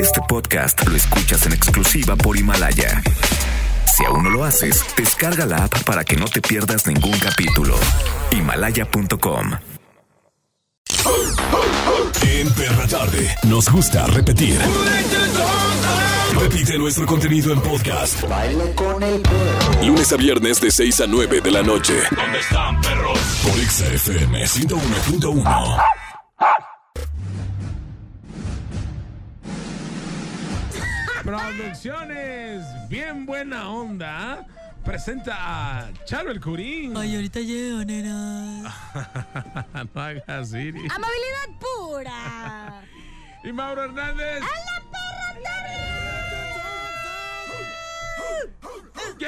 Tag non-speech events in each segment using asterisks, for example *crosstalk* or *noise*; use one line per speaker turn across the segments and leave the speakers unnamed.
Este podcast lo escuchas en exclusiva por Himalaya. Si aún no lo haces, descarga la app para que no te pierdas ningún capítulo. Himalaya.com.
En Perra Tarde nos gusta repetir. Repite nuestro contenido en podcast. Lunes a viernes de 6 a 9 de la noche. ¿Dónde están, perros? Por Exa FM 101.1.
Producciones, bien buena onda, presenta a Charo el Curín.
Ay, ahorita llego, nena.
*laughs* no hagas Siri. *laughs*
Amabilidad pura.
Y Mauro Hernández. ¡Que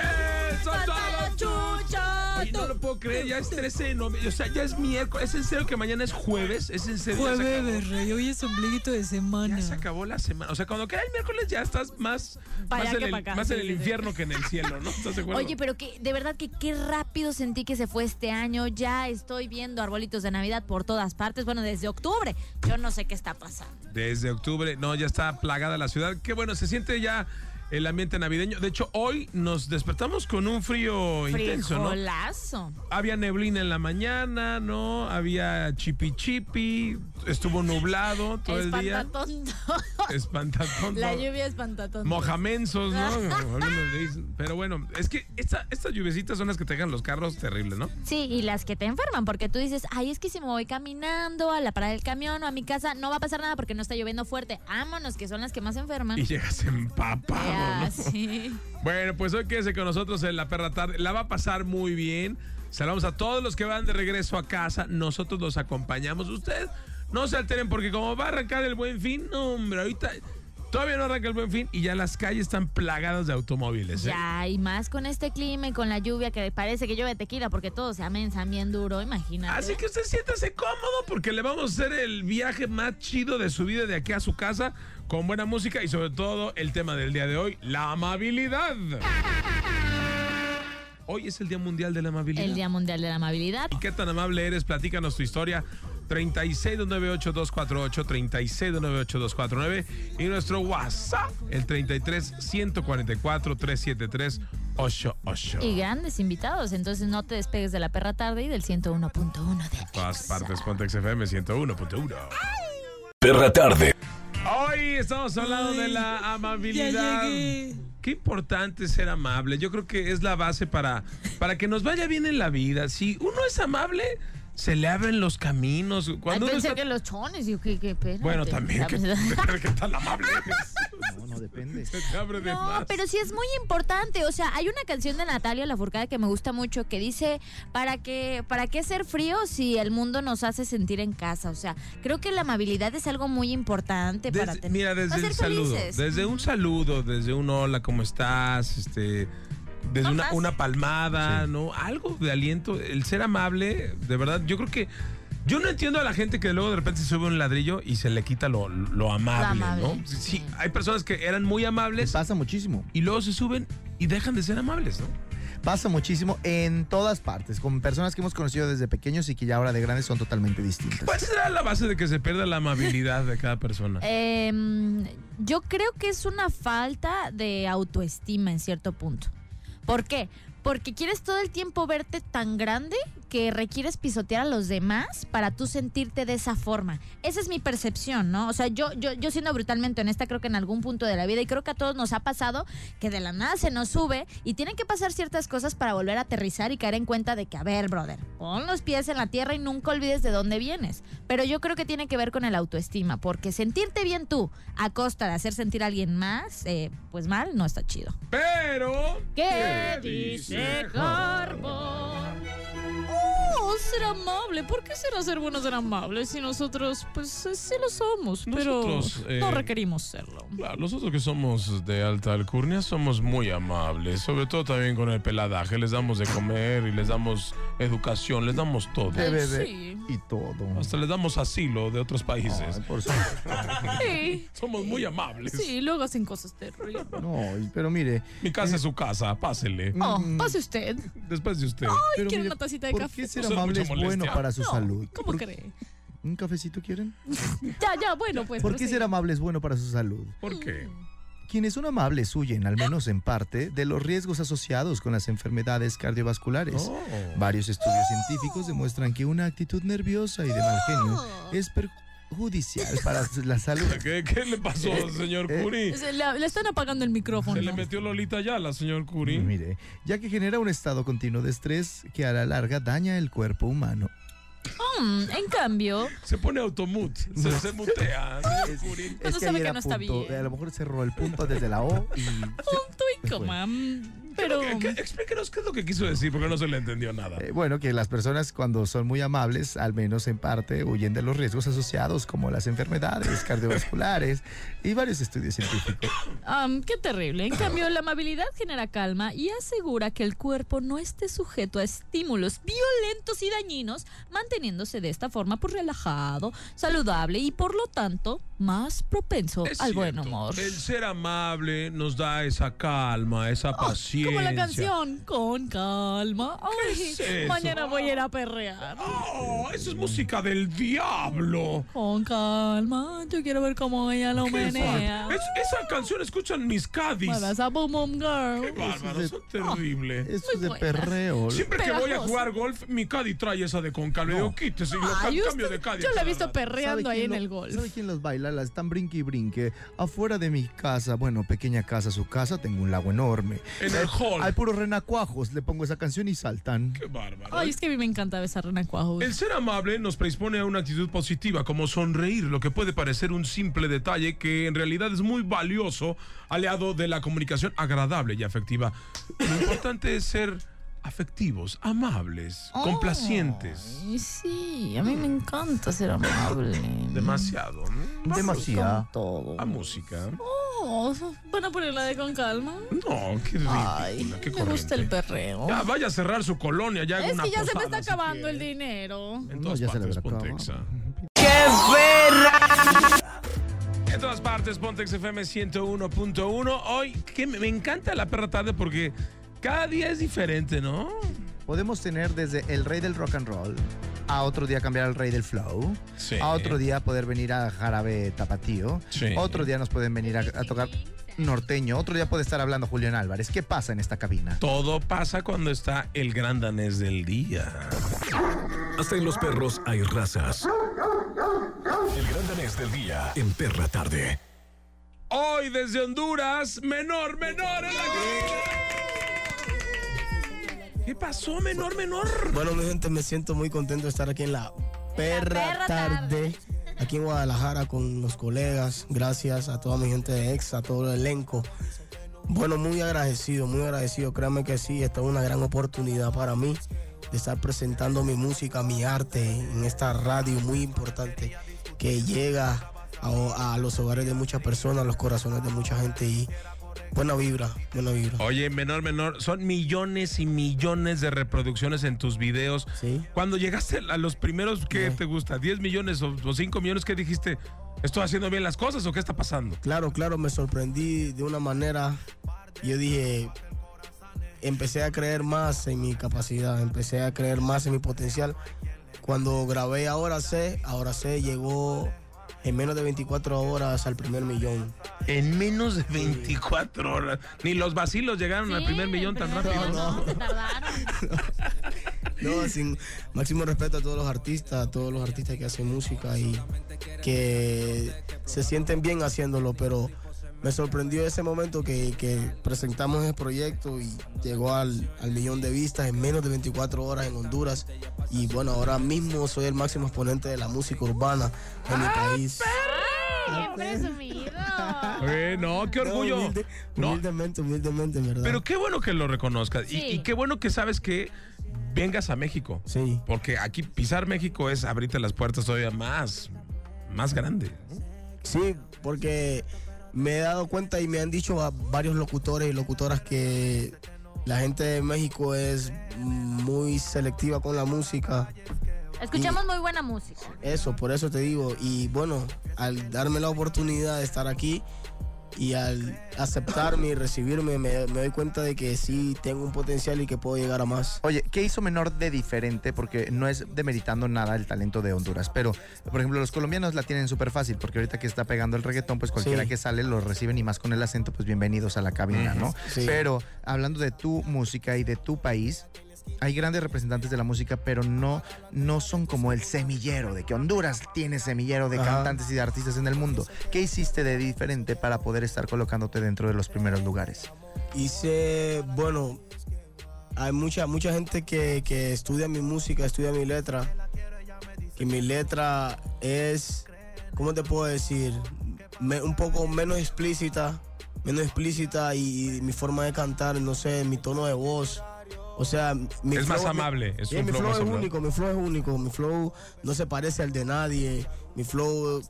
son todos
chucha.
Oye, no lo puedo creer, ya es 13 de noviembre, o sea, ya es miércoles, es en serio que mañana es jueves, es en serio. ya se
Jueves,
acabó.
berrey, hoy es ombliguito de semana.
Ya se acabó la semana. O sea, cuando queda el miércoles ya estás más,
Pa'
más,
allá
en,
que
el,
pa' acá,
más en el
sí, sí, sí.
infierno que en el cielo, ¿no? ¿Estás de acuerdo?
Oye, pero que de verdad que qué rápido sentí que se fue este año. Ya estoy viendo arbolitos de Navidad por todas partes. Bueno, desde octubre. Yo no sé qué está pasando.
Desde octubre, no, ya está plagada la ciudad. Qué bueno, se siente ya el ambiente navideño. De hecho, hoy nos despertamos con un frío intenso, ¿no?
Frijolazo.
Había neblina en la mañana, ¿no? Había chipi chipi, estuvo nublado todo el día.
Espantatonto.
Espantatón.
La lluvia espantatonto.
Mojamensos, ¿no?
*laughs*
Algunos le dicen. Pero bueno, es que esta- estas lluviecitas son las que te dejan los carros terribles, ¿no?
Sí, y las que te enferman, porque tú dices, ay, es que si me voy caminando a la parada del camión o a mi casa, no va a pasar nada porque no está lloviendo fuerte. Ámonos, que son las que más enferman.
Y llegas empapado,
Ya,
¿no?
sí.
Bueno, pues hoy quédese con nosotros en la perra tarde. La va a pasar muy bien. Saludamos a todos los que van de regreso a casa. Nosotros los acompañamos. Ustedes no se alteren porque como va a arrancar el buen fin, no, hombre, ahorita todavía no arranca el buen fin y ya las calles están plagadas de automóviles. ¿eh?
Ya, y más con este clima y con la lluvia que parece que llueve tequila porque todos se amensan bien duro, imagínate.
Así que usted siéntase cómodo porque le vamos a hacer el viaje más chido de su vida de aquí a su casa con buena música y sobre todo el tema del día de hoy, la amabilidad. Hoy es el Día Mundial de la Amabilidad.
El Día Mundial de la Amabilidad.
¿Y qué tan amable eres? Platícanos tu historia. 36298248, 36298249 y nuestro WhatsApp, el 33 144 373 88.
Y grandes invitados, entonces no te despegues de la perra tarde y del 101.1 de
Todas
Exa.
partes, Pontex FM 101.1.
Perra Tarde.
Hoy estamos hablando de la amabilidad.
Ya llegué.
Qué importante es ser amable. Yo creo que es la base para, para que nos vaya bien en la vida. Si uno es amable, se le abren los caminos.
Ay,
Cuando uno
pensé
está-
que los chones, y qué, qué espérate.
Bueno, también. ¿Qué, *laughs* qué tan amable eres?
No, no depende.
Se te abre de
No,
más.
pero sí es muy importante. O sea, hay una canción de Natalia Lafourcade que me gusta mucho que dice, ¿para qué, ¿para qué ser frío si el mundo nos hace sentir en casa? O sea, creo que la amabilidad es algo muy importante para
Desde-
tener.
mira, desde
para
el
ser
saludo.
felices.
Desde un saludo, desde un hola, ¿cómo estás? Este. Desde
No
una,
más.
una palmada, ¿no? Algo de aliento. El ser amable, de verdad, yo creo que. Yo no entiendo a la gente que luego de repente se sube un ladrillo y se le quita lo, lo amable,
amable,
¿no? Sí,
sí.
hay personas que eran muy
Y
amables
Pasa muchísimo.
y luego se suben y dejan de ser amables, ¿no?
Pasa muchísimo en todas partes, con personas que hemos conocido desde pequeños y que ya ahora de grandes son totalmente distintas.
¿Cuál será Pues la base de que se pierda la amabilidad de cada persona?
Eh. Em, yo creo que es una falta de autoestima en cierto punto. ¿Por qué? Porque quieres todo el tiempo verte tan grande que requieres pisotear a los demás para tú sentirte de esa forma. Esa es mi percepción, ¿no? O sea, yo, yo, yo siendo brutalmente honesta, creo que en algún punto de la vida, y creo que a todos nos ha pasado, que de la nada se nos sube y tienen que pasar ciertas cosas para volver a aterrizar y caer en cuenta de que, a ver, brother, pon los pies en la tierra y nunca olvides de dónde vienes. Pero yo creo que tiene que ver con el autoestima, porque sentirte bien tú a costa de hacer sentir a alguien más, eh, pues mal, no está chido.
Pero.
¿Qué dice Harbo? Oh, ser amable. ¿Por qué será ser bueno ser amable si nosotros, pues eh, sí lo somos,
Nosotros,
pero no
eh,
requerimos serlo?
Claro, nosotros que somos de alta alcurnia somos muy amables, sobre todo también con el peladaje. Les damos de comer y les damos educación, les damos todo.
De bebé
Sí.
y todo.
Hasta les damos asilo de otros países.
Ay, por supuesto.
Sí,
Somos muy amables.
Sí, luego hacen cosas terribles.
No, y- pero mire.
Mi casa es su casa, pásele.
Oh,
mm,
Pase usted.
Después de usted.
pero
quiero
mire,
una tacita de
¿por
café.
qué ser
No sea
amable es
mucha
bueno
molestia.
para su
No,
salud?
¿Cómo
¿Por-
cree?
¿Un cafecito quieren?
Ya, ya, bueno, pues.
¿Por qué
sí.
ser amable es bueno para su salud?
¿Por qué?
Quienes son amables huyen, al menos en parte, de los riesgos asociados con las enfermedades cardiovasculares.
Oh.
Varios estudios científicos demuestran que una actitud nerviosa y de mal genio
Oh.
es perjudicial para la salud.
¿Qué, qué le pasó, señor
eh.
Curi?
Se la- Le, están apagando el micrófono.
Se le metió Lolita ya la señor Curi.
Mire, ya que genera un estado continuo de estrés que a la larga daña el cuerpo humano.
Mm, en cambio,
Se pone automut. Se, se
*laughs*
mutea, señor Curi.
Es
sabe
ayer
que no está
apuntó,
bien.
A lo mejor cerró el punto desde la O
*laughs*
y...
Uy, coma, mm, Pero.
¿Qué- qué- explíquenos qué es lo que quiso decir, porque no se le entendió nada.
Eh, bueno, que las personas cuando son muy amables, al menos en parte, huyen de los riesgos asociados como las
*laughs*
enfermedades cardiovasculares y varios estudios científicos.
Am, qué terrible. En cambio, la amabilidad genera calma y asegura que el cuerpo no esté sujeto a estímulos violentos y dañinos, manteniéndose de esta forma pues, relajado, saludable y por lo tanto más propenso
Es
al buen
cierto,
humor.
El ser amable nos da esa calma, esa
Oh,
paciencia.
como la canción, con calma. oh, Ay,
es eso?
mañana voy a ir a perrear.
Oh, eso es música del diablo.
Con calma, yo quiero ver cómo ella lo
¿Qué es?
menea.
Es- esa canción escuchan mis cadis.
Mueve esa boom boom
Qué
girl.
bárbaros, son terribles.
Esto es
Muy
de
buenas.
perreo.
Siempre que voy a
pegajoso.
jugar golf, mi caddy trae esa de con calma. Le digo, quítese y lo
Ay,
ca- cambio
usted-
de caddy.
yo la he
cada
visto
rato.
perreando
¿Sabe
ahí
quién
en
lo-
el golf.
¿Sabe quién los baila? Las están brinque y brinque. Afuera de mi casa, bueno, pequeña casa, su casa, tengo un lago enorme.
En el hall.
Hay puros renacuajos, le pongo esa canción y saltan.
Qué bárbaro.
Ay, es que a mí me encanta besar renacuajos.
El ser amable nos predispone a una actitud positiva, como sonreír, lo que puede parecer un simple detalle que en realidad es muy valioso, aliado de la comunicación agradable y afectiva. Lo importante es ser afectivos, amables, complacientes.
Ay, sí, a mí me encanta ser amable.
Demasiado. ¿no?
Demasiado.
Todo.
A música.
Oh, van a ponerla de con calma.
No, qué ridícula,
Ay,
qué
me gusta el
corriente.
perreo.
Ya vaya a cerrar su colonia, ya haga
es
una
que ya se me
posada,
está
si
acabando el
quiere.
dinero.
En
No,
todas
ya se le
partes, ah.
habrá
Pontexa.
acabado.
En todas partes, Pontex FM 101.1. Hoy, que me me encanta la perra tarde porque cada día es diferente, ¿no?
Podemos tener desde el rey del rock and roll a otro día cambiar al rey del flow,
Sí.
a otro día poder venir a jarabe tapatío,
Sí.
otro día nos pueden venir a, a tocar norteño, otro día puede estar hablando Julián Álvarez. ¿Qué pasa en esta cabina?
Todo pasa cuando está el gran danés del día.
Hasta en los perros hay razas. El gran danés del día en perra tarde.
Hoy desde Honduras, menor, menor en la ¿Qué pasó, menor, menor?
Bueno, mi gente, me siento muy contento de estar aquí en la perra,
perra
tarde, aquí en Guadalajara con los colegas. Gracias a toda mi gente de ex, a todo el elenco. Bueno, muy agradecido, muy agradecido. Créanme que sí, esta es una gran oportunidad para mí de estar presentando mi música, mi arte en esta radio muy importante que llega a, a los hogares de muchas personas, a los corazones de mucha gente y buena vibra, buena vibra.
Oye, menor, menor, son millones y millones de reproducciones en tus videos.
Sí.
Cuando llegaste a los primeros, ¿qué
No.
te gusta? ¿10 millones o, o 5 millones? ¿Qué dijiste? ¿Estoy haciendo bien las cosas o qué está pasando?
Claro, claro, me sorprendí de una manera. Yo dije, empecé a creer más en mi capacidad, empecé a creer más en mi potencial. Cuando grabé Ahora sé, Ahora sé llegó en menos de 24 horas al primer millón.
En menos de 24 horas. Ni los vacilos llegaron al
Sí,
primer millón tan
pero
rápido.
No, se tardaron.
No, sin máximo respeto a todos los artistas, a todos los artistas que hacen música y que se sienten bien haciéndolo, pero me sorprendió ese momento que, que presentamos el proyecto y llegó al, al millón de vistas en menos de 24 horas en Honduras. Y bueno, ahora mismo soy el máximo exponente de la música urbana en
Ah,
mi país.
¡Ay, ¡Qué presumido!
Eh, no, qué orgullo.
No, humilde-
No.
humildemente, humildemente, en verdad.
Pero qué bueno que lo reconozcas. Y-
Sí.
Y, qué bueno que sabes que vengas a México.
sí.
Porque aquí pisar México es abrirte las puertas todavía más, más grande.
Sí, porque me he dado cuenta y me han dicho a varios locutores y locutoras que la gente de México es muy selectiva con la música.
Escuchamos muy buena música.
Eso, por eso te digo. Y bueno, al darme la oportunidad de estar aquí, Y al aceptarme y recibirme, me, me doy cuenta de que sí tengo un potencial y que puedo llegar a más.
Oye, ¿qué hizo Menor de diferente? Porque no es demeritando nada el talento de Honduras, pero por ejemplo los colombianos la tienen súper fácil, porque ahorita que está pegando el reggaetón, pues cualquiera
Sí.
que sale lo reciben y más con el acento, pues bienvenidos a la cabina, ¿no?
Sí.
Pero hablando de tu música y de tu país, hay grandes representantes de la música, pero no, no son como el semillero, de que Honduras tiene semillero de
Ajá.
cantantes y de artistas en el mundo. ¿Qué hiciste de diferente para poder estar colocándote dentro de los primeros lugares?
Hice, bueno, hay mucha, mucha gente que, que estudia mi música, estudia mi letra. Que mi letra es, ¿cómo te puedo decir? Me- un poco menos explícita, menos explícita y, y mi forma de cantar, no sé, mi tono de voz. O sea, mi
Es más
mi-
amable, es
Sí,
un
mi
flow
flow
más
es
amable.
único, mi flow es único, mi flow no se parece al de nadie, mi flow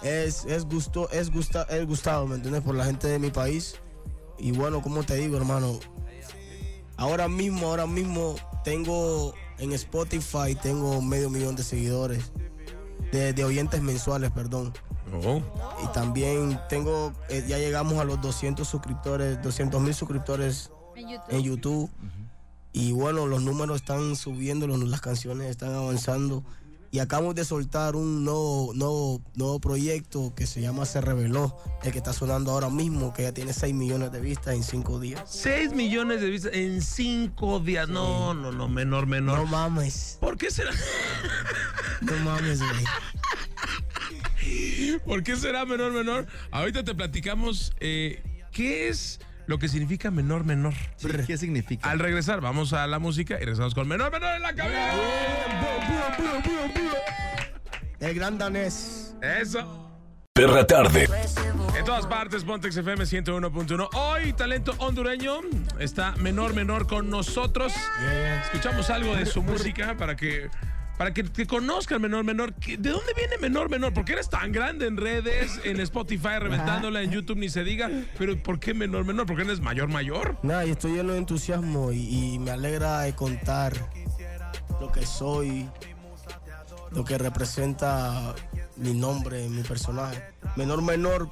es, es gusto, es gusta, es gustado, ¿me entiendes? Por la gente de mi país. Y bueno, como te digo, hermano, ahora mismo, ahora mismo tengo en Spotify tengo medio millón de seguidores, de, de oyentes mensuales, perdón.
Oh.
Y también tengo, eh, ya llegamos a los 200 suscriptores, 200 mil suscriptores
En
en
YouTube.
YouTube. Y bueno, los números están subiendo, los- las canciones están avanzando. Y acabamos de soltar un nuevo, nuevo, nuevo proyecto que se llama Se Reveló, el que está sonando ahora mismo, que ya tiene 6 millones de vistas en 5 días.
6 millones de vistas en 5 días. No, no, no, menor, menor.
No mames,
¿Por qué será? *laughs*
no mames, güey.
¿Por qué será menor, menor? Ahorita te platicamos eh, qué es lo que significa menor, menor.
Sí, ¿Qué significa?
Al regresar, vamos a la música y regresamos con menor, menor en la cabina.
El gran danés.
Eso.
Perra tarde.
En todas partes, Pontex FM 101.1. Hoy, talento hondureño, está menor, menor con nosotros. Escuchamos algo de su música para que. Para que te conozcan, menor, menor. ¿Qué- ¿De dónde viene menor, menor? ¿Por qué eres tan grande en redes, en Spotify, reventándola, en YouTube, ni se diga? Pero ¿por qué menor, menor? ¿Por qué eres mayor, mayor?
Nada, yo estoy lleno de entusiasmo y, y me alegra de contar lo que soy, lo que representa mi nombre, mi personaje. Menor menor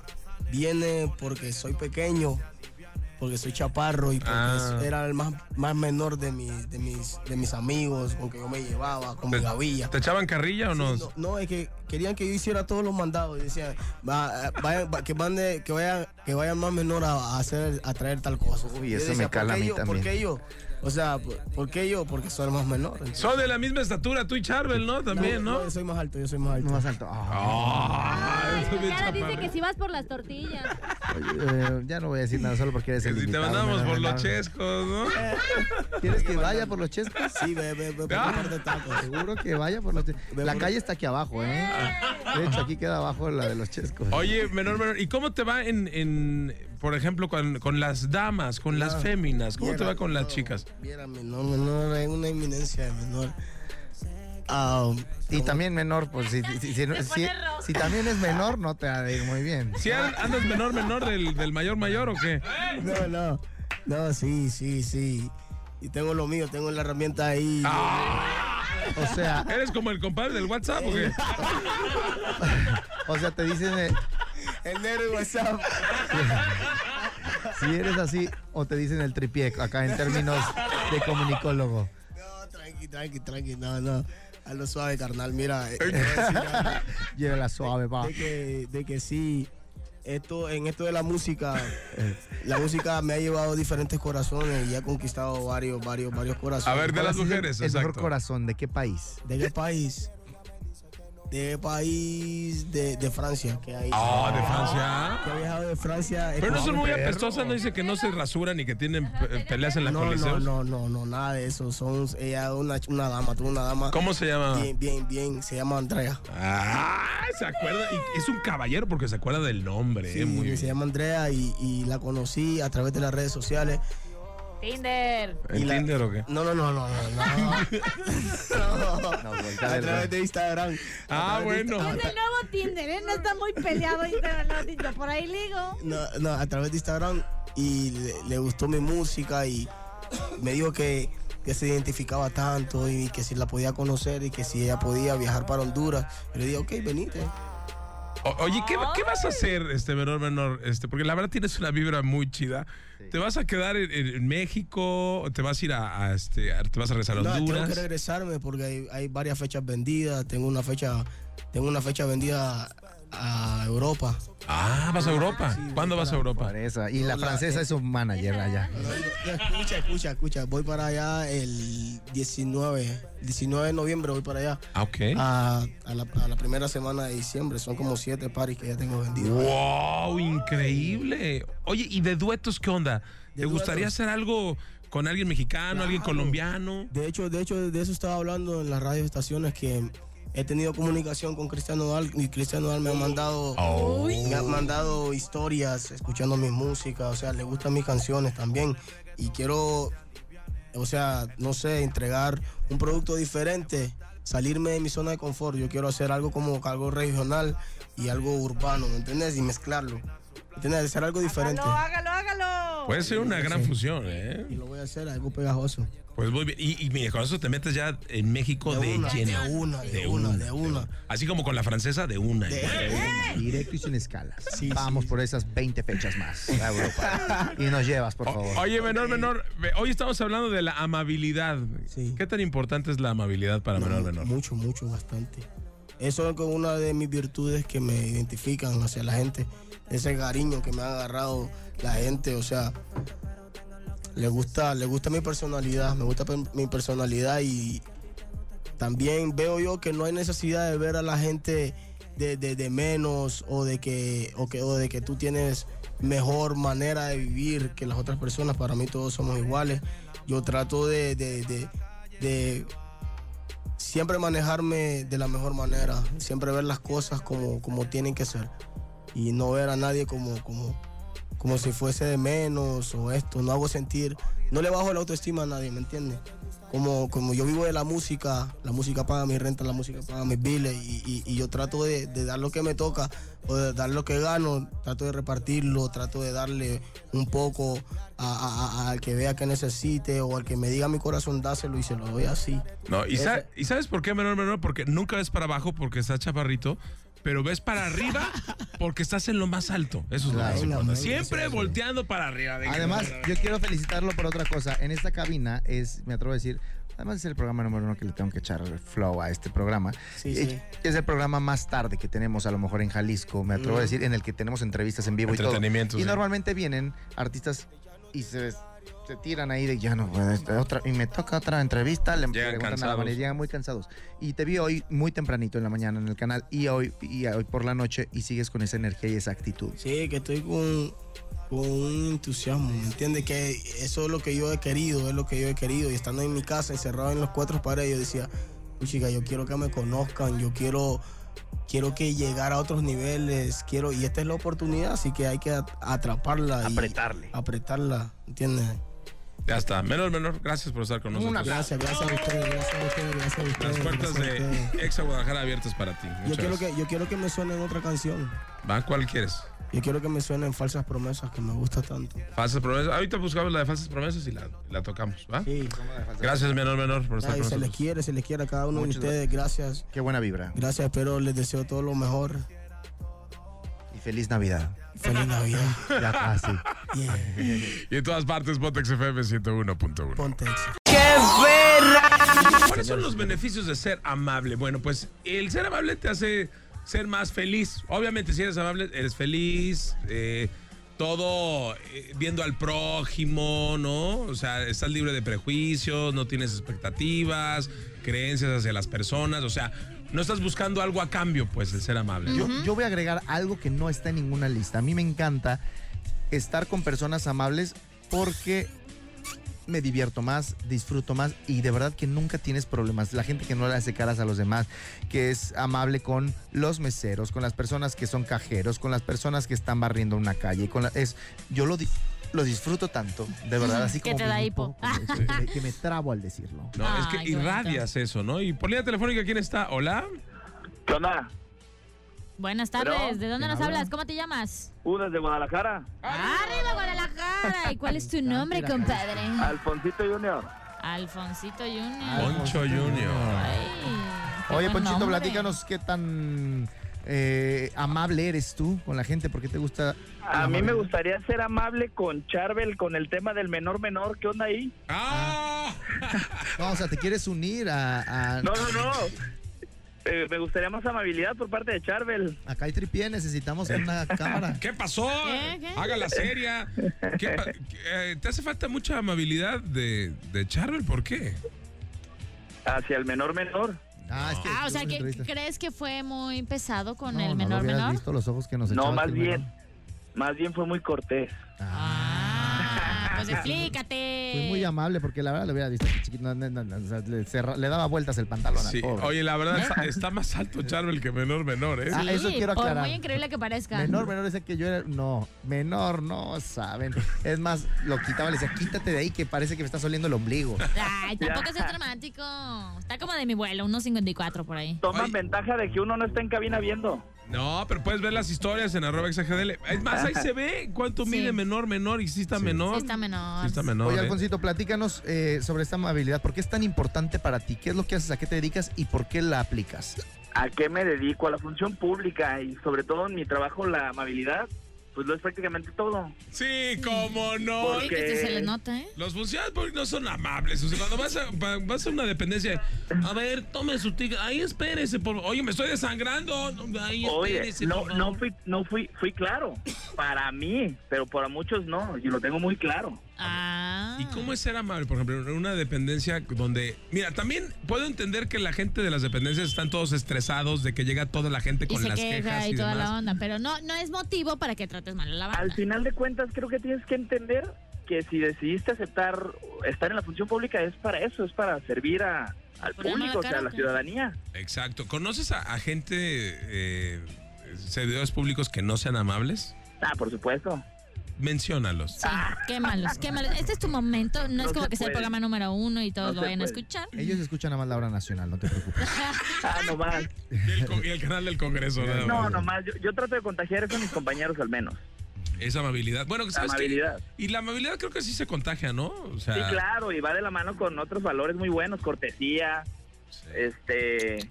viene porque soy pequeño, porque soy chaparro y porque
Ah.
era el más, más menor de, mi- de mis, de mis amigos con que yo me llevaba, con mi gavilla.
¿Te echaban carrilla o no?
No, no, es que querían que yo hiciera todos los mandados. Y decían, va, eh, vayan, va- que, mande, que, vayan, que vayan más menor a, a hacer, a traer tal cosa.
Uy,
Y yo
eso me
decía,
cala a
¿por qué
mí
yo?
también.
¿Por qué yo? O sea, ¿por, por qué yo? Porque soy el más menor. entonces.
Son de la misma estatura, tú y Charvel, ¿no? También, ¿no?
Yo soy más alto, yo soy más alto.
Más alto. Ah.
Ah, eso de
Ahora dice
chaparrito.
que si vas por las tortillas.
Oye, eh, ya no voy a decir nada solo porque eres
Que
el
si te
invitado,
mandamos
me
por los
mandaron.
chescos, ¿no?
¿Quieres que vaya por los chescos?
Sí, ve, ve, ve, por
Ah.
un par de tacos.
Seguro que vaya por los chescos. La calle está aquí abajo, ¿eh? De hecho, aquí queda abajo la de los chescos.
Oye, menor, menor, ¿y cómo te va en, en por ejemplo, con, con las damas, con las féminas? ¿Cómo te va con las chicas?
Viera, menor, menor, es una eminencia de menor. Ah,
Y también menor, pues si, si- si- si- si también es menor, no te ha de ir muy bien.
¿Si andas menor, menor del, del mayor, mayor o qué?
no, no. No, sí, sí, sí. Y tengo lo mío, tengo la herramienta ahí.
Ah.
O sea,
¿Eres como el compadre del WhatsApp o qué?
o sea, te dicen eh,
El negro de WhatsApp.
si eres así o te dicen el tripié, acá en términos de comunicólogo.
No, tranqui, tranqui, tranqui, no, no. Hazlo suave, carnal. Mira, eh, te voy
*laughs*
a decir algo.
Llévela suave, va.
de, que, de que sí, esto, en esto de
*laughs*
la música, la música me ha llevado a diferentes corazones y ha conquistado varios, varios, varios corazones.
A ver, de
¿Cuál ha
las
sido el-
mujeres,
El mejor
exacto.
corazón, ¿de qué país?
¿De qué país? ¿De qué país? De, de Francia, que hay.
Ah, de Francia.
que ha viajado de Francia.
Pero no son muy
Perro.
apestosas, no dice que no se rasuran ni que tienen eh, peleas en la
No, no,
coliseo.
no, no, no, nada de eso. Son, ella es una, una dama, tú una dama.
¿Cómo se llama?
Bien, bien, bien. Se llama Andrea.
Ah, se acuerda. y es un caballero porque se acuerda del nombre. eh,
Sí,
muy bien.
se llama Andrea y, y la conocí a través de las redes sociales.
Tinder.
¿En
y la-
Tinder o qué?
No, no, no, no, no.
*laughs*
no.
pues,
voltea
a
del-
través de Instagram.
Ah,
A través de
bueno.
Insta-
Es el nuevo Tinder, ¿eh? No está muy peleado Instagram, no, Tinder. Por ahí ligo.
No, no, a través de Instagram y le, le gustó mi música y me dijo que, que se identificaba tanto y que si la podía conocer y que si ella podía viajar para Honduras. Yo le dije, ok, venite.
O- oye, ¿qué, va- qué vas a hacer, este menor menor? Este, porque la verdad tienes una vibra muy chida. ¿Te vas a quedar en, en- en México? ¿O ¿Te vas a ir a, a, este, a- te vas a regresar a
No, tengo
Honduras?
que regresarme porque hay, hay varias fechas vendidas. Tengo una fecha, tengo una fecha vendida a a Europa.
ah, vas a Europa. ¿Cuándo vas a Europa?
Por eso. Y la francesa es su manager allá.
Escucha, escucha, escucha. Voy para allá el 19, 19 de noviembre voy para allá.
Ah, ok.
A, a la, a la primera semana de diciembre. Son como siete paris que ya tengo vendidos.
¡Wow! Increíble. Oye, ¿y de duetos qué onda? ¿Te
De
gustaría
duetos.
hacer algo con alguien mexicano, alguien
Claro.
colombiano?
De hecho, de hecho, de eso estaba hablando en las radioestaciones que he tenido comunicación con Cristiano Dal y Cristiano Dal me ha mandado, me ha mandado historias escuchando mi música, o sea, le gustan mis canciones también y quiero, o sea, no sé, entregar un producto diferente, salirme de mi zona de confort. Yo quiero hacer algo como algo regional y algo urbano, ¿me entiendes? Y mezclarlo, ¿me entiendes? Hacer algo diferente.
Hágalo, hágalo, hágalo.
Puede ser una gran fusión, ¿eh?
Y lo voy a hacer algo pegajoso.
Pues muy bien. Y, y mira, con eso te metes ya en México de,
una,
lleno.
de una, de una, de una.
Así como con la francesa, de una.
De-
¿eh?
Directo y sin escalas. Vamos por esas 20 fechas más *laughs* a Europa. y nos llevas, por
O-
favor.
Oye, menor, menor, ve, hoy estamos hablando de la amabilidad.
Sí.
¿Qué tan importante es la amabilidad para
No,
menor, menor?
Mucho, mucho, bastante. Eso es como una de mis virtudes que me identifican hacia la gente. Ese cariño que me ha agarrado la gente, o sea, le gusta, le gusta mi personalidad, me gusta pe- mi personalidad y también veo yo que no hay necesidad de ver a la gente de, de- de menos o de que, o que, o de que tú tienes mejor manera de vivir que las otras personas. Para mí todos somos iguales. Yo trato de- de- de- de siempre manejarme de la mejor manera, siempre ver las cosas como, como tienen que ser y no ver a nadie como, como, como si fuese de menos o esto, no hago sentir, no le bajo la autoestima a nadie, ¿me entiendes? Como, como yo vivo de la música, la música paga mi renta, la música paga mis biles y, y- y yo trato de, de dar lo que me toca o de dar lo que gano, trato de repartirlo, trato de darle un poco a- a- a- al que vea que necesite o al que me diga mi corazón, dáselo y se lo doy así.
No, y,
Ese-
sa- ¿y sabes por qué menor, menor? Porque nunca ves para abajo porque estás chaparrito, pero ves para
*laughs*
arriba porque estás en lo más alto. Eso es lo
Claro,
más
la
importante.
madre,
Siempre volteando para arriba. venga.
Además, yo quiero felicitarlo por otra cosa. En esta cabina es, me atrevo a decir, además es el programa número uno que le tengo que echar flow a este programa.
Sí,
Y
sí.
Es el programa más tarde que tenemos, a lo mejor en Jalisco, me
Mm.
atrevo a decir, en el que tenemos entrevistas en vivo y todo.
Entretenimiento,
Y
sí.
normalmente vienen artistas y se, se tiran ahí de ya no puedo, esta otra y me toca otra entrevista, le
Llegan
preguntan a la
cansados.
manera, llegan muy cansados. Y te vi hoy muy tempranito en la mañana en el canal y hoy y hoy por la noche y sigues con esa energía y esa actitud.
Sí, que estoy con, con un entusiasmo, ¿me entiendes? Que eso es lo que yo he querido, es lo que yo he querido. Y estando en mi casa, encerrado en los cuatro paredes, yo decía, "Uy, chica, yo quiero que me conozcan, yo quiero, quiero que llegar a otros niveles, quiero, y esta es la oportunidad, así que hay que at- atraparla. y
Apretarle.
Apretarla, ¿entiendes?
Ya está. Menor, menor, gracias por estar con nosotros.
Gracias, gracias a ustedes, gracias a ustedes, gracias a
Las
ustedes.
puertas
gracias a ustedes.
de Exa Guadalajara abiertas para ti.
Yo
Muchas
quiero,
gracias.
que, yo quiero que me suenen otra canción.
Va, ¿cuál quieres?
Yo quiero que me suenen falsas promesas, que me gusta tanto.
Falsas promesas. Ahorita buscamos la de falsas promesas y la, la tocamos, ¿va?
Sí.
Gracias, menor, menor, por estar
Ay,
con
se les
nosotros.
quiere, se les quiere a cada uno
Muchas
de ustedes. Gracias.
Qué buena vibra
Gracias, espero les deseo todo lo mejor.
y feliz Navidad.
Feliz Navidad.
*laughs*
Ya ah, casi.
Yeah.
Y en todas partes, Pontex FM 101.1.
Ponte exa.
¿Cuáles son los beneficios de ser amable? Bueno, pues el ser amable te hace ser más feliz. Obviamente, si eres amable, eres feliz. eh, todo eh, viendo al prójimo, ¿no? O sea, estás libre de prejuicios, no tienes expectativas, creencias hacia las personas. O sea, no estás buscando algo a cambio, pues, el ser amable.
Mm.
Yo, yo voy a agregar algo que no está en ninguna lista. A mí me encanta estar con personas amables porque me divierto más, disfruto más y de verdad que nunca tienes problemas. La gente que no le hace caras a los demás, que es amable con los meseros, con las personas que son cajeros, con las personas que están barriendo una calle, con la- es yo lo di- lo disfruto tanto, de verdad, así
Que
como
te da
un
hipo.
poco, que me- que me trabo al decirlo.
No, es que
Ay, qué bonito.
irradias eso, ¿no? Y por línea telefónica, ¿quién está? Hola.
¿Qué onda?
Buenas tardes,
Pero,
¿de dónde nos hablas? ¿Cómo te llamas?
Uno es de Guadalajara,
¡Arriba Guadalajara! ¿Y cuál es tu nombre, compadre?
Alfoncito Junior.
Alfoncito Junior.
Poncho Junior.
Ay, qué
Oye,
buen
Ponchito,
nombre.
platícanos qué tan eh, amable eres tú con la gente? ¿Por qué te gusta?
A mí me
amable?
gustaría ser amable con Charbel con el tema del menor menor. ¿Qué onda ahí?
Ah.
No, o sea, ¿te quieres unir a...? a-
No, no, no. Eh, me gustaría más amabilidad por parte de Charbel.
Acá hay tripié,
*laughs*
necesitamos una cámara.
¿Qué pasó?
¿Qué? ¿Qué?
Haga la seria. ¿Qué pa- eh, ¿Te hace falta mucha amabilidad de, de Charbel? ¿Por qué?
Hacia el menor menor.
Ah, es que
Ah, o sea,
tuve
que
entrevista.
crees que fue muy pesado con
No,
el
no
menor
lo hubieras
menor.
visto los ojos que nos
No,
echaba
más
aquel este menor.
bien. Más bien fue muy cortés.
Ah, pues
Fui
explícate.
muy amable porque la verdad le hubiera visto que chiquito, no, no, no, no, o sea, le, cerra- le daba vueltas el pantalón
Sí.
al pobre.
Oye, la verdad
*laughs*
está, está más alto Charbel que menor menor, ¿eh?
Ah, eso quiero
por
aclarar.
muy increíble que parezca.
Menor, menor, decía que yo era. No, menor, no saben. Es más, lo quitaba, le decía, quítate de ahí que parece que me está oliendo el ombligo.
Ay, tampoco seas dramático. Está como de mi vuelo, unos 54 por ahí.
Toman
Ay.
ventaja de que uno no está en cabina viendo.
No, pero puedes ver las historias en arroba XGDL. Es más, ahí se ve cuánto
Sí.
mide menor menor y si está menor.
Sí, está menor.
Sí está menor.
Oye,
¿eh?
Alfoncito, platícanos eh, sobre esta amabilidad. ¿Por qué es tan importante para ti? ¿Qué es lo que haces? ¿A qué te dedicas? ¿Y por qué la aplicas?
¿A qué me dedico? A la función pública y sobre todo en mi trabajo la amabilidad, pues lo es prácticamente todo.
Sí, cómo no.
Uy, que
porque-
se le nota, ¿eh?
Los funcionarios públicos no son amables. O sea, cuando vas a, va- vas a una dependencia, a ver, tome su ticket. Ahí espérese, por Oye, me estoy desangrando. Ahí
Oye,
espérese,
no,
por favor.
no fui, no fui, fui claro. Para mí, pero para muchos no, y lo tengo muy claro.
Ah.
¿Y cómo es ser amable? Por ejemplo, en una dependencia donde. Mira, también puedo entender que la gente de las dependencias están todos estresados de que llega toda la gente
Y
con
se
las
queja
quejas y
y toda
demás.
la onda, pero no, no es motivo para que trates mal a la
Al
banda.
final de cuentas, creo que tienes que entender que si decidiste aceptar estar en la función pública es para eso, es para servir a, al
Por la nueva
público, o sea, a
cara,
la
¿qué?
ciudadanía.
Exacto. ¿Conoces a, a gente, eh, servidores públicos que no sean amables?
Ah, por supuesto.
Menciónalos.
Sí, qué malos, qué malos. Este es tu momento, no,
No
es como
se
que sea el
puede.
programa número uno y todos
No
lo
se
vayan a
puede.
escuchar.
Ellos escuchan nada más la hora nacional, no te preocupes.
Ah, nomás.
Y el, co- y el canal *laughs* del Congreso, nada
No,
más.
nomás. Yo, yo trato de contagiar eso a mis compañeros al menos.
Esa amabilidad. Bueno, ¿sabes qué?
Amabilidad.
Y la amabilidad creo que sí se contagia, ¿no? O sea,
Sí, claro, y va de la mano con otros valores muy buenos, cortesía, este...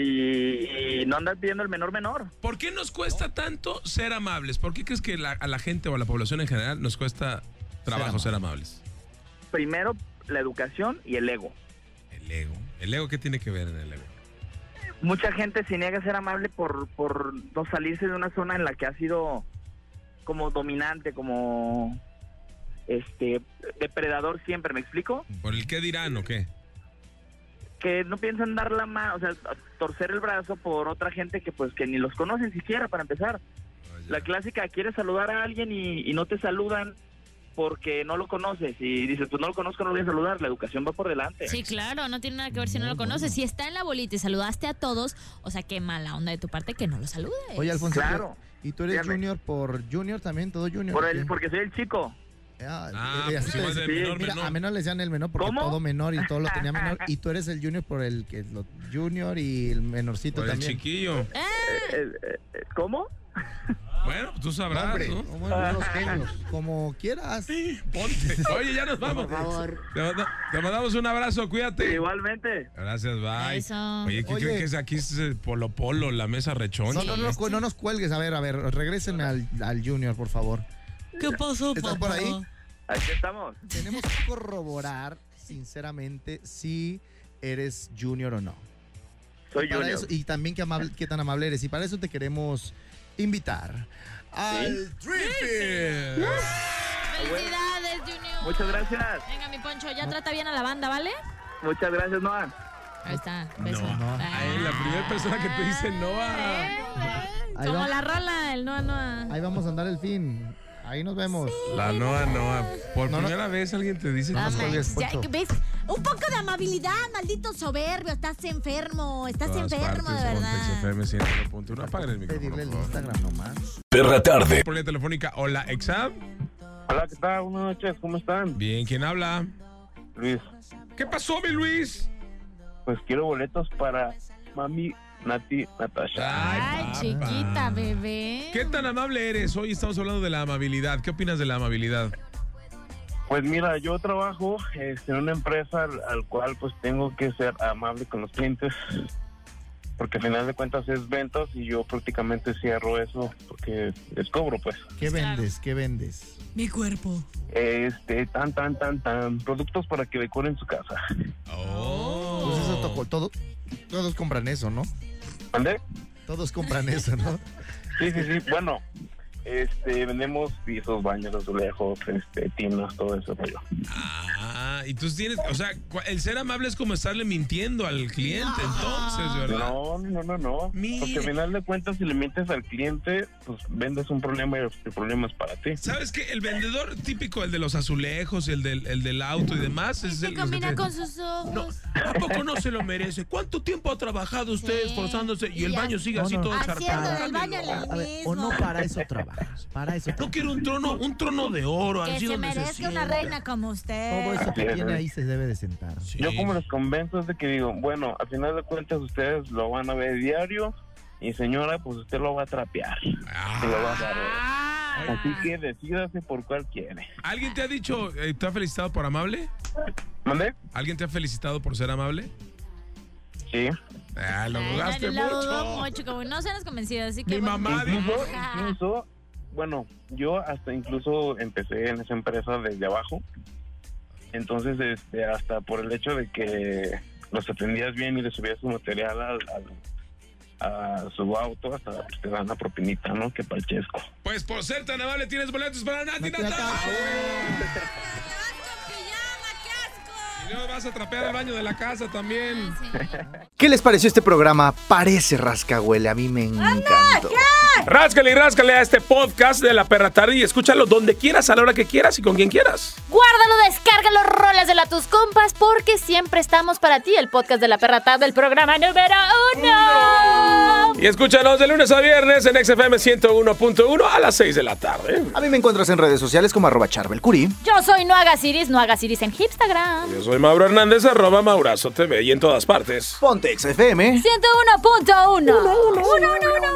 Y, y no andas pidiendo el menor menor.
¿Por qué nos cuesta tanto ser amables? ¿Por qué crees que la- a la gente o a la población en general nos cuesta trabajo ser amables?
Primero, la educación y el ego.
El ego. ¿El ego qué tiene que ver en el ego?
Mucha gente se niega a ser amable por, por no salirse de una zona en la que ha sido como dominante, como este depredador siempre, ¿me explico?
¿Por el qué dirán o qué?
Que no piensan dar la mano, o sea, torcer el brazo por otra gente que pues que ni los conocen siquiera para empezar. La clásica, quieres saludar a alguien y, y no te saludan porque no lo conoces y dices, pues no lo conozco, no lo voy a saludar, la educación va por delante.
Sí, claro, no tiene nada que ver si no lo conoces. Si está en la bolita y saludaste a todos, o sea, qué mala onda de tu parte que no lo saludes.
Oye, Alfonso,
Claro.
¿y tú eres
Dígame.
junior por junior también? ¿Todo junior?
Por
o
el,
qué?
porque soy el chico.
Ah,
Ah,
eh,
pues
así te
igual
decía.
de menor,
Mira,
menor.
a menor le decían el menor porque
¿Cómo?
todo menor y todo lo tenía menor.
*laughs*
Y tú eres el junior por el que lo junior y el menorcito
Por el
también.
chiquillo.
Eh, eh, eh, ¿Cómo?
Bueno, tú sabrás,
Hombre,
¿no?
como los genios, como quieras. *laughs*
Ponte. Oye, ya nos vamos. Por favor. Te, manda- te mandamos un abrazo, cuídate.
Igualmente.
Gracias, bye.
Eso.
Oye, ¿qué
Oye.
creen que es aquí es eh, Polo Polo, la mesa rechón?
No, no, no, cu- no nos cuelgues. A ver, a ver, regresen al, al junior, por favor.
¿Qué pasó,
¿Estás por ahí?
Aquí estamos.
Tenemos que corroborar, sinceramente, si eres junior o no.
Soy
Para
Junior.
eso- y también qué, amable, qué tan amable eres. Y para eso te queremos invitar al Drifting.
¡Felicidades, Junior!
Muchas gracias.
Venga, mi Poncho, ya trata bien a la banda, ¿vale?
Muchas gracias, Noah.
Ahí está, beso.
No.
Ay, la primera persona que te dice Noah.
Ahí
Como
va.
la rola, el Noa Noa.
Ahí vamos a andar el fin. Ahí nos vemos.
La Noa Noa. Por
No, no.
primera vez alguien te dice
Ah,
Noa.
cuelgues,
manches, ya,
Poncho.
¿ves? Un poco de amabilidad, maldito soberbio. Estás enfermo, estás
Todas
enfermo,
partes,
de
Vortex
verdad.
FM 101.1. Apaguen el micrófono,
Pedirle el
por favor.
Instagram nomás.
Perra tarde.
Por línea telefónica, hola, exam.
Hola, ¿qué tal? Buenas noches, ¿cómo están?
Bien, ¿quién habla?
Luis,
¿Qué pasó, mi Luis?
pues quiero boletos para mami, Nati,
Ah.
Natasha.
Ay,
papá.
chiquita, bebé.
Ah. ¿Qué tan amable eres? Hoy estamos hablando de la amabilidad. ¿Qué opinas de la amabilidad?
Pues mira, yo trabajo este, en una empresa al, al cual pues tengo que ser amable con los clientes. porque al final de cuentas es ventas y yo prácticamente cierro eso porque les cobro pues.
¿Qué vendes? ¿Qué vendes?
Mi cuerpo. Este, tan, tan, tan, tan, productos para que decoren su casa.
Pues eso tocó- todo- todos compran eso, ¿no?
¿Vale?
Todos compran
*laughs*
eso, ¿no?
Sí, sí, sí, bueno, este, vendemos pisos, baños, azulejos, este, tinas, todo ese rollo.
Ah, y tú tienes, o sea, cu- el ser amable es como estarle mintiendo al cliente, entonces, ¿verdad?
No, no, no, no. Porque al final de cuentas, si le mientes al cliente, pues vendes un problema y el problema es para ti.
¿Sabes qué? El vendedor típico, el de los azulejos, el del, el del auto y demás, es el
Combina
los que
con
te-
sus ojos.
Tampoco no se lo merece. ¿Cuánto tiempo ha trabajado usted esforzándose y el
Y
baño
ha-
sigue
No,
así
no.
todo
Haciendo
charcado?
del baño lo
Cámbialo.
A ver, o no mismo.
para eso trabajas, para eso.
No quiero un trono, un trono de oro,
Que
así
se
donde se
merezca una
sienta.
reina como usted.
Todo eso que
Así es,
tiene
¿eh?
ahí se debe de sentar.
Yo como los convenzo es de que digo, bueno, al final de cuentas ustedes lo van a ver diario y señora, pues usted lo va a trapear. y lo va a barrer.
Ah.
Así que decídase por cuál quiere.
¿Alguien te ha dicho, eh, te ha felicitado por amable?
¿Mande?
¿Alguien te ha felicitado por ser amable?
Sí.
Ah, lo dudaste
La dudó
mucho.
mucho, como no se nos convencía, así que.
Mi
bueno.
mamá
Incluso,
Ajá.
incluso, bueno, yo hasta incluso empecé en esa empresa desde abajo. Entonces, este, hasta por el hecho de que los atendías bien y le subías su material al, al- a su auto, hasta pues, te dan la propinita, ¿no? Que parchesco.
Pues por ser tan amable tienes boletos para Nati Natasha. Y luego vas a trapear el baño de la casa también.
¿Qué les pareció este programa? Parece rascahuele, a mí me encantó.
Ráscale y ráscale a este podcast de La Perra Tarde y escúchalo donde quieras, a la hora que quieras y con quien quieras.
Guárdalo, descárgalo, rolas de la tus compas, porque siempre estamos para ti, el podcast de la perra tarde, el programa número uno.
Y escúchanos de lunes a viernes en XFM 101.1 a las 6 de la tarde.
A mí me encuentras en redes sociales como arroba charbelcuri.
Yo soy No Hagas Iris, No Hagas Iris en Instagram.
Yo soy Mauro Hernández, arroba Maurazo TV y en todas partes.
Ponte XFM.
101.1. Uno, uno, uno,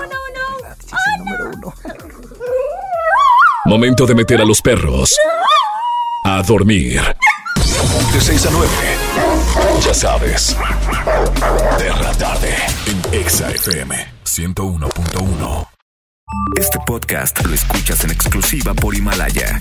Momento de meter a los perros a dormir. De 6 a 9. Ya sabes. Perra tarde en Exa FM 101.1.
Este podcast lo escuchas en exclusiva por Himalaya.